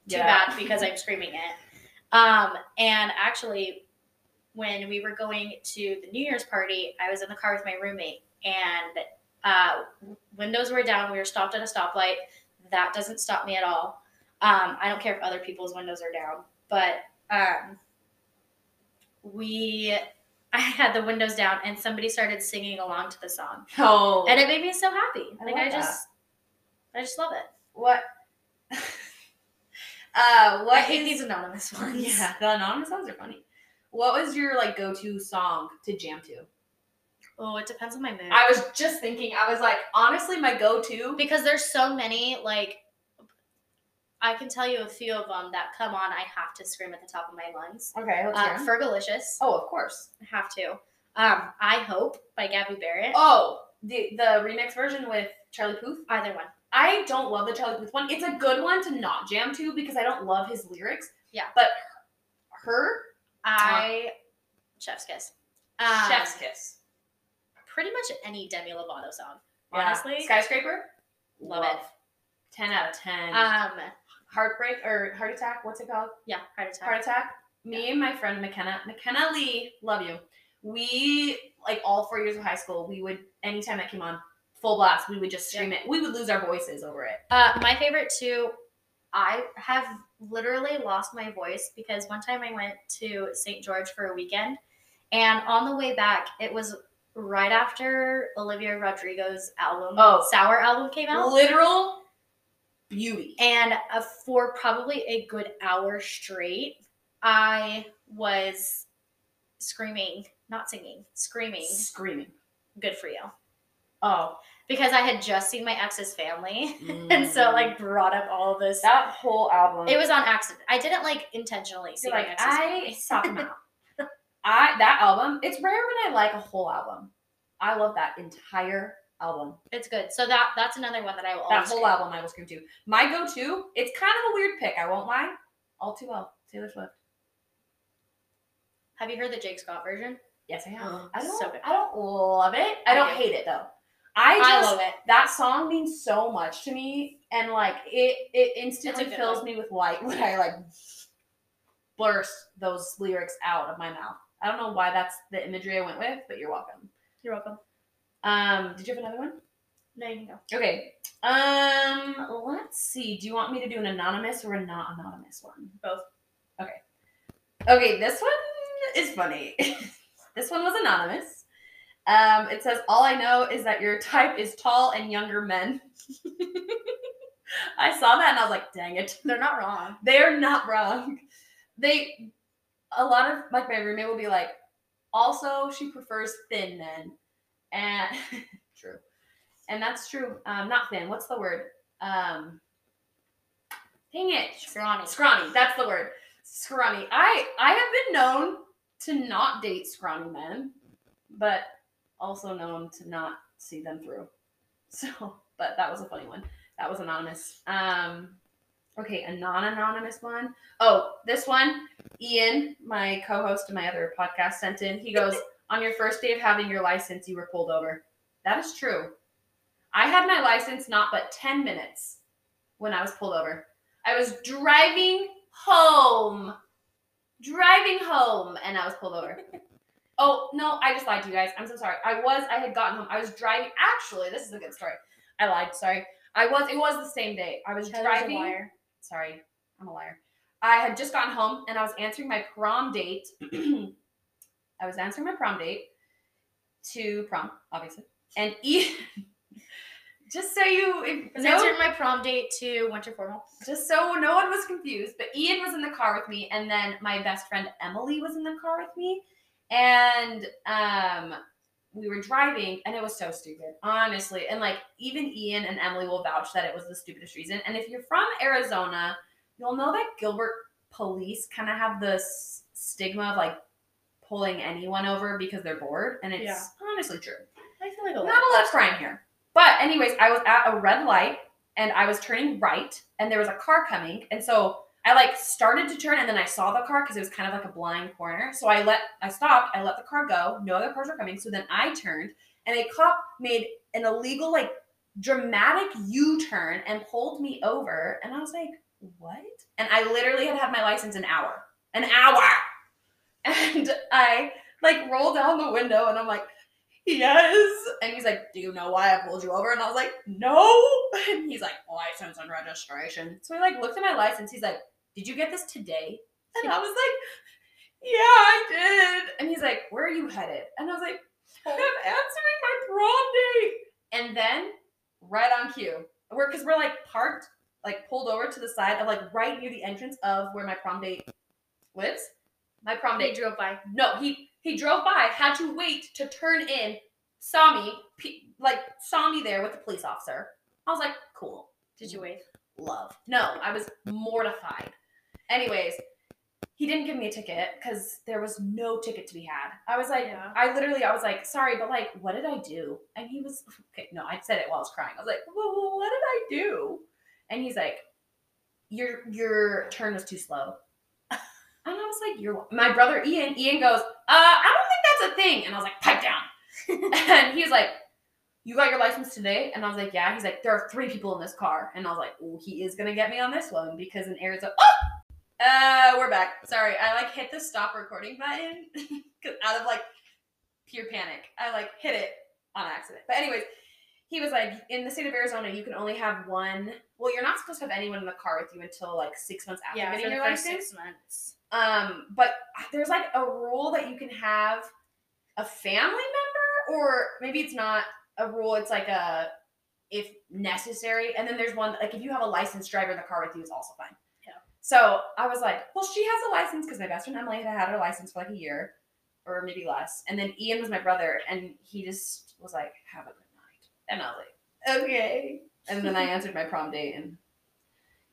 too Yeah. bad because I'm screaming it. Um, and actually, when we were going to the New Year's party, I was in the car with my roommate and uh, windows were down. We were stopped at a stoplight. That doesn't stop me at all. Um, I don't care if other people's windows are down, but um, we, I had the windows down and somebody started singing along to the song, Oh. and it made me so happy. I like love I just, I just love it. what? uh, I what hate is- these anonymous ones. Yeah, the anonymous ones are funny. What was your like go-to song to jam to? Oh, it depends on my mood. I was just thinking. I was like, honestly, my go-to. because there's so many like i can tell you a few of them that come on i have to scream at the top of my lungs Okay, let's uh, hear 'em. fergalicious Oh, of course. i have to um, i hope by gabby barrett Oh, the the remix version with Charlie Puth. either one I don't love the Charlie Puth one. It's a good one to not jam to because I don't love his lyrics. Yeah. But her i chef's kiss um, Ah. chef's kiss. pretty much any demi lovato song Yeah. honestly skyscraper. Uh, Love it. Ten out of ten. um Heartbreak or heart attack? What's it called? yeah heart attack Heart attack. Me and my friend McKenna, McKenna Lee, love you. We like all four years of high school. We would anytime that came on full blast, we would just scream it. We would lose our voices over it. Uh, my favorite two, I have literally lost my voice because one time I went to St. George for a weekend, and on the way back, it was right after Olivia Rodrigo's album, Oh. Sour album came out. literal beauty. And uh, for probably a good hour straight, I was screaming, not singing, screaming, Screaming. good for you. Oh, [LAUGHS] because I had just seen my ex's family. [LAUGHS] And Mm-hmm. so like brought up all this. that whole album. Mm. It was on accident. I didn't like intentionally see You're my like ex's I family. [LAUGHS] suck him out. I that album. It's rare when I like a whole album. I love that entire album. It's good. So that that's another one that I will That always whole do. album I will scream to. My go-to, it's kind of a weird pick, I won't lie. All too well. Taylor Swift. Have you heard the Jake Scott version? Yes, I have. Oh, I don't so good. I don't love it. I I don't do. hate it though. I just I love it. that song means so much to me and like it it instantly good fills one. me with light when I like burst those lyrics out of my mouth. I don't know why that's the imagery I went with, but you're welcome. You're welcome. Um, did you have another one? No, you can go. Okay. Um, let's see. Do you want me to do an anonymous or a not anonymous one? Both. Okay. Okay, this one is funny. [LAUGHS] this one was anonymous. Um, it says, All I know is that your type is tall and younger men. [LAUGHS] I saw that and I was like, dang it. They're not wrong. They're not wrong. They a lot of like my roommate will be like, also she prefers thin men. And [LAUGHS] true. And that's true. Um, not thin. What's the word? Um dang it. Scrawny. Scrawny, that's the word. Scrawny. I I have been known to not date scrawny men, but also known to not see them through. [LAUGHS] So, but that was a funny one. That was anonymous. Um okay, a non-anonymous one. Oh, this one, Ian, my co-host and my other podcast sent in. He goes, "On your first day of having your license, you were pulled over." That is true. I had my license not but 10 minutes when I was pulled over. I was driving home. Driving home and I was pulled [LAUGHS] over. oh, no, I just lied to you guys. I'm so sorry. I was I had gotten home. I was driving actually, this is a good story. I lied, sorry. I was it was the same day. I was Tyler's a driving liar. sorry, I'm a liar. I had just gotten home and I was answering my prom date. [CLEARS THROAT] I was answering my prom date to prom, obviously. And Ian, [LAUGHS] just so you, if, I was no- answering my prom date to winter formal. just so no one was confused, but Ian was in the car with me, and then my best friend Emily was in the car with me, and um, we were driving, and it was so stupid, honestly. And like even Ian and Emily will vouch that it was the stupidest reason. And if you're from Arizona, you'll know that Gilbert police kind of have this stigma of like pulling anyone over because they're bored, and it's Yeah. honestly true. I feel like a Not a lot of crime here. But anyways, I was at a red light and I was turning right and there was a car coming. And so I like started to turn and then I saw the car because it was kind of like a blind corner. So I let I stopped, I let the car go, no other cars were coming. So then I turned and a cop made an illegal, like dramatic U-turn and pulled me over. And I was like, what? And I literally had had my license an hour. An hour. [LAUGHS] And I like roll down the window and I'm like, yes. And he's like, do you know why I pulled you over? And I was like, no. [LAUGHS] And he's like, "Oh, license and registration. So he like looked at my license. He's like, did you get this today? And I was like, yeah, I did. And he's like, where are you headed? And I was like, I'm answering my prom date. And then right on cue, we're because we're like parked, like pulled over to the side of like right near the entrance of where my prom date lives. My prom date They drove by. no, he he drove by, had to wait to turn in, saw me, pe- like saw me there with the police officer. I was like, cool, Did you wave? love. No, I was mortified. Anyways, he didn't give me a ticket because there was no ticket to be had. I was like, Yeah. I literally, I was like, sorry, but like, what did I do? And he was, okay, no, I said it while I was crying. I was like, well, what did I do? And he's like, your your turn was too slow. [LAUGHS] And I was like, you're my brother Ian. Ian goes, uh, I don't think that's a thing. And I was like, pipe [LAUGHS] down. and he's like, you got your license today? And I was like, yeah. He's like, there are three people in this car. And I was like, oh, he is gonna get me on this one because in Arizona, oh, uh, we're back. Sorry, I like hit the stop recording button [LAUGHS] 'cause out of like pure panic. I like hit it on accident. But anyways, he was like, in the state of Arizona, you can only have one. Well, you're not supposed to have anyone in the car with you until like six months after Yeah, for getting the your first license. six months. Um, but there's like a rule that you can have a family member, or maybe it's not a rule. It's like a if necessary, and then there's one like if you have a licensed driver in the car with you, it's also fine. Yeah. So I was like, well, she has a license because my best friend Emily had had her license for like a year, or maybe less, and then Ian was my brother, and he just was like, have a good night, and I was like, okay. And then I answered my prom date, and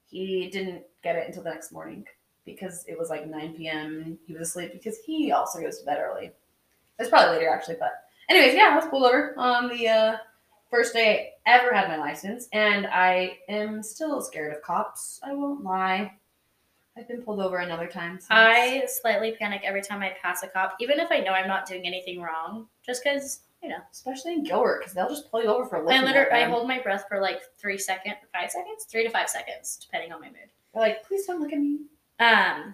he didn't get it until the next morning because it was like 9 p.m. He was asleep because he also goes to bed early. It was probably later actually, but anyways, yeah, I was pulled over on the uh, first day I ever had my license, and I am still scared of cops. I won't lie. I've been pulled over another time. Since. I slightly panic every time I pass a cop, even if I know I'm not doing anything wrong, just because you know. especially in Gilbert, because they'll just pull you over for looking. I literally at them. I hold my breath for like three second, five seconds, three to five seconds, depending on my mood. They're like, please don't look at me. Um,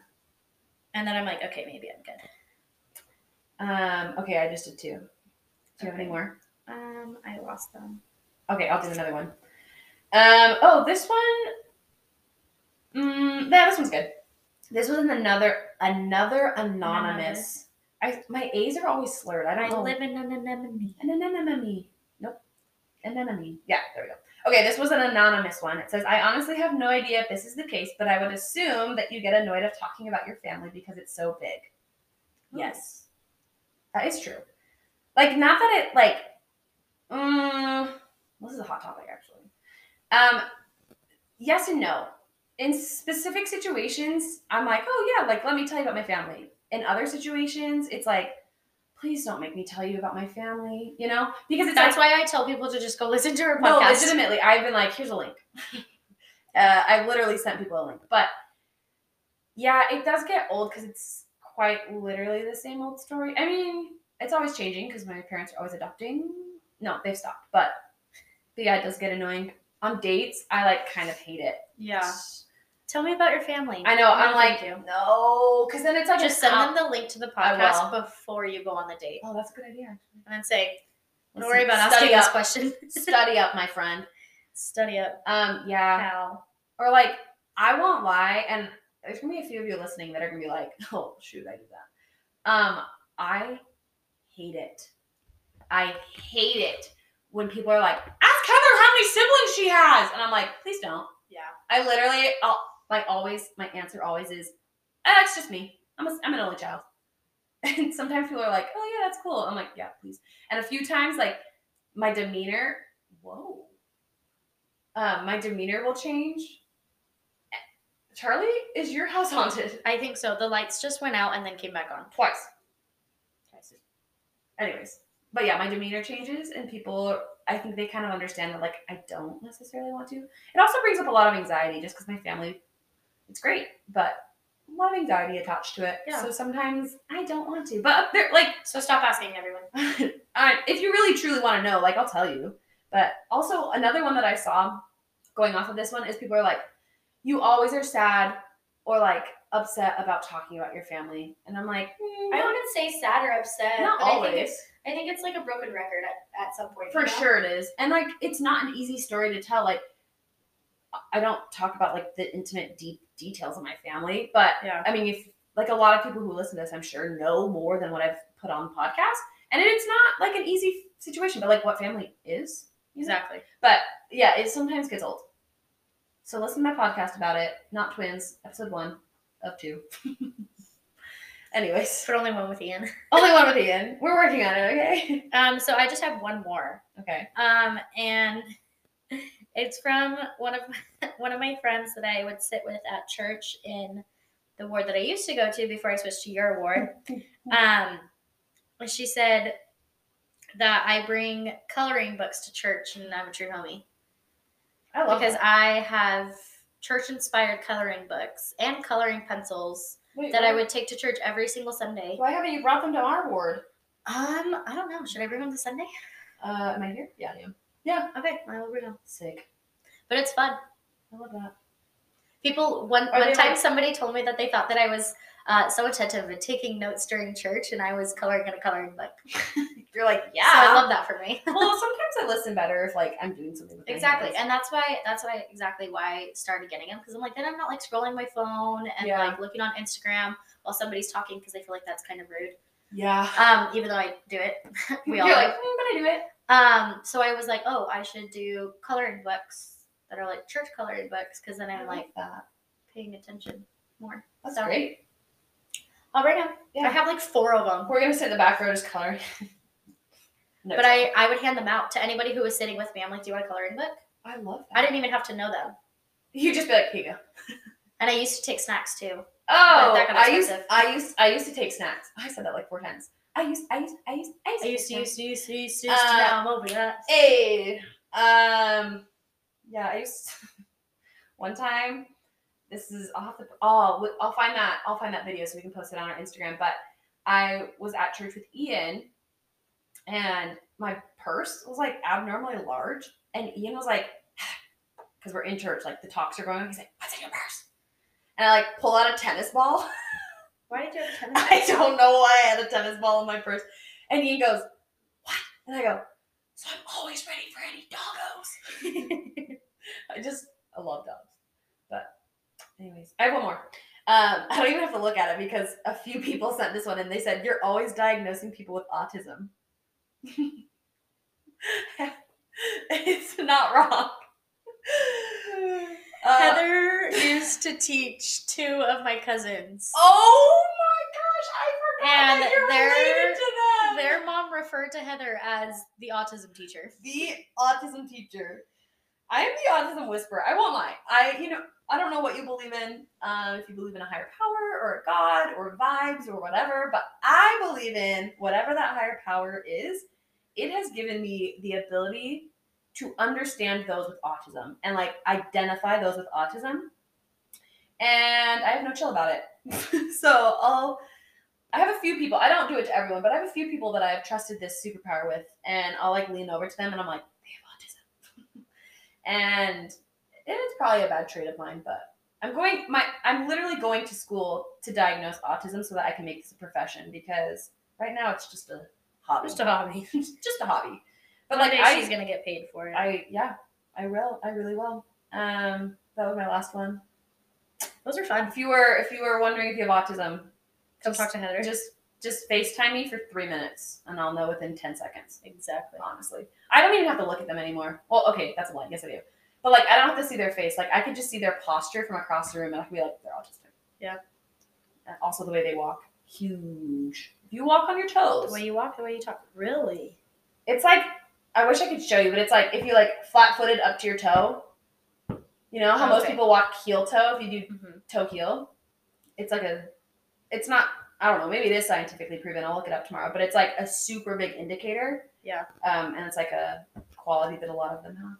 and then I'm like, okay, maybe I'm good. Um, okay, I just did two. Do you have any Okay. more? Um, I lost them. Okay, I'll do another one. Um, oh, this one. Mm, yeah, this one's good. This was in another another anonymous. I my A's are always slurred. I don't I know. live in an anemone. An anemone. Nope. Anemone. Yeah, there we go. Okay, this was an anonymous one. It says, I honestly have no idea if this is the case, but I would assume that you get annoyed of talking about your family because it's so big. Yes. That is true. Like, not that it, like, mm, this is a hot topic, actually. Um, yes and no. In specific situations, I'm like, oh, yeah, like, let me tell you about my family. In other situations, it's like, please don't make me tell you about my family, you know? Because it's That's why I tell people to just go listen to her no, podcast. legitimately, I've been like, here's a link. [LAUGHS] uh, I've literally sent people a link, but yeah, it does get old because it's quite literally the same old story. I mean, it's always changing because my parents are always adopting. No, they've stopped, but but yeah, it does get annoying. On dates, I like kind of hate it. yeah. Tell me about your family. I know. What I'm do like you do? no, because then it's like just an send them the link to the podcast will. before you go on the date, hour- Oh, that's a good idea. Actually. and then say, "Don't Listen, worry about asking study this up, question. study up, my friend. [LAUGHS] Study up, Um, yeah. pal." or like I won't lie, and there's gonna be a few of you listening that are gonna be like, [LAUGHS] "Oh shoot, I did that." Um, I hate it. I hate it when people are like, "Ask Heather how many siblings she has," and I'm like, "Please don't." Yeah. I literally, I'll, my always, my answer always is, "Ah, "It's just me. I'm a, I'm an only child." [LAUGHS] And sometimes people are like, "Oh yeah, that's cool." I'm like, "Yeah, please." And a few times, like my demeanor, whoa, uh, my demeanor will change. Charlie, is your house haunted? [LAUGHS] I think so. The lights just went out and then came back on. Twice. Anyways, but yeah, my demeanor changes, and people, I think they kind of understand that, like, I don't necessarily want to. It also brings up a lot of anxiety just because my family, it's great, but a lot of anxiety attached to it. Yeah. So sometimes I don't want to, but they're like, [LAUGHS] So stop asking everyone. I, if you really truly want to know, like I'll tell you. But also another one that I saw going off of this one is people are like, you always are sad or like upset about talking about your family, and I'm like, "Hmm, I wouldn't say sad or upset. not but I think, always. I think it's like a broken record at, at some point. For you know? sure it is, and like it's not an easy story to tell. Like I don't talk about like the intimate deep details of my family, but Yeah. I mean, if like a lot of people who listen to this, I'm sure know more than what I've put on the podcast, and it's not like an easy situation. But like, what family is? you know? Exactly. But yeah, it sometimes gets old. So listen to my podcast about it. Not twins, episode one of two. [LAUGHS] [LAUGHS] Anyways, But only one with Ian. only one with Ian. We're working on it. Okay. [LAUGHS] Um, so I just have one more. Okay. Um, and [LAUGHS] it's from one of [LAUGHS] one of my friends that I would sit with at church in the ward that I used to go to before I switched to your [LAUGHS] ward. Um, and she said that I bring coloring books to church and I'm a true homie I love because that. I have church inspired coloring books and coloring pencils Wait, that why- I would take to church every single Sunday. Why haven't you brought them to our ward? Um, I don't know. Should I bring them this Sunday? Uh, am I here? Yeah, I am. Okay, I will bring them. Sick. But it's fun. I love that. People one Are one they time like- somebody told me that they thought that I was uh, so attentive and taking notes during church, and I was coloring in a coloring book. You're like, yeah. So I love that for me. well, sometimes I listen better if like I'm doing something. With my [LAUGHS] Exactly, hands. and that's why that's why exactly why I started getting them because I'm like then I'm not like scrolling my phone and Yeah. like looking on Instagram while somebody's talking because I feel like that's kind of rude. yeah. Um, even though I do it, [LAUGHS] we You're all. like, do. mm, but I do it. Um, so I was like, oh, I should do coloring books that are like church coloring books because then I'm like that. paying attention more. That's So- great. I'll bring them. Yeah. I have like four of them. We're gonna sit in the back row just coloring. [LAUGHS] No but I, I would hand them out to anybody who was sitting with me. I'm like, do you want a coloring book? I love that. I didn't even have to know them. You just be like, here you go. And I used to take snacks too. Oh, that got I used, expensive. I used, I used to take snacks. I said that like four times. I used, I used, I used, I used, I used to, take used to, used to, used to, used to, now I'm over that. Hey, um, yeah, I used [LAUGHS] one time. This is I'll have to oh wi- I'll find that I'll find that video so we can post it on our Instagram. But I was at church with Ian, and my purse was like abnormally large, and Ian was like, [SIGHS] because we're in church, like the talks are going. on. He's like, "What's in your purse?" And I like pull out a tennis ball. Why did you have tennis? [LAUGHS] I don't know why I had a tennis ball in my purse. And Ian goes, What? And I go, So I'm always ready for any doggos. [LAUGHS] I just, I love dogs. But, anyways, I have one more. Um, I don't even have to look at it because a few people sent this one and they said, You're always diagnosing people with autism. [LAUGHS] it's not wrong. Uh, Heather used to teach two of my cousins. oh my gosh, I forgot And that you're they're- related to them. Their mom referred to Heather as the autism teacher. the autism teacher. I am the autism whisperer. I won't lie. I, you know, I don't know what you believe in. Um, if you believe in a higher power or a god or vibes or whatever, but I believe in whatever that higher power is. It has given me the ability to understand those with autism and like identify those with autism. And I have no chill about it. [LAUGHS] so I'll I have a few people. I don't do it to everyone, but I have a few people that I have trusted this superpower with, and I'll like lean over to them, and I'm like, they have autism, [LAUGHS] and it's probably a bad trait of mine. But I'm going my I'm literally going to school to diagnose autism so that I can make this a profession because right now it's just a hobby, Just a hobby. [LAUGHS] just a hobby. But One like day I, she's gonna get paid for it. I yeah, I will. I really will. Um, that was my last one. Those are fun. If you were if you were wondering if you have autism, Come just- talk to Heather. just just FaceTime me for three minutes and I'll know within 10 seconds. exactly. Honestly. I don't even have to look at them anymore. Well, okay, that's a lie. Yes, I do. But like I don't have to see their face. Like I could just see their posture from across the room and I could be like, they're autistic. Yeah. And also the way they walk. Huge. If you walk on your toes. The way you walk, the way you talk. Really? It's like I wish I could show you, but it's like if you like flat footed up to your toe. You know how most Okay. people walk heel toe if you do Mm-hmm. toe heel. It's like a, it's not. I don't know. Maybe it is scientifically proven. I'll look it up tomorrow. But it's like a super big indicator. Yeah. Um, and it's like a quality that a lot of them have.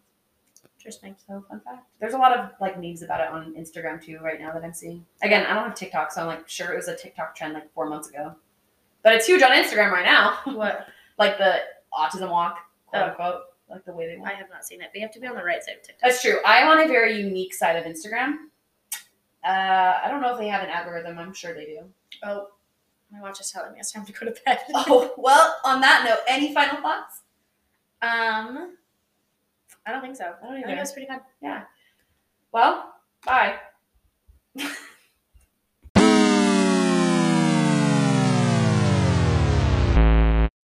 Interesting. So fun fact. There's a lot of like memes about it on Instagram too right now that I'm seeing. Again, I don't have TikTok, so I'm like sure it was a TikTok trend like four months ago, but it's huge on Instagram right now. [LAUGHS] What? Like the autism walk, quote Oh. unquote, like the way they walk. I have not seen it, but you have to be on the right side of TikTok. That's true. I'm on a very unique side of Instagram. Uh, I don't know if they have an algorithm. I'm sure they do. Oh, my watch is telling me it's time to go to bed. Oh, well, on that note, any final thoughts? Um, I don't think so. I don't I think it was pretty fun. Well, bye.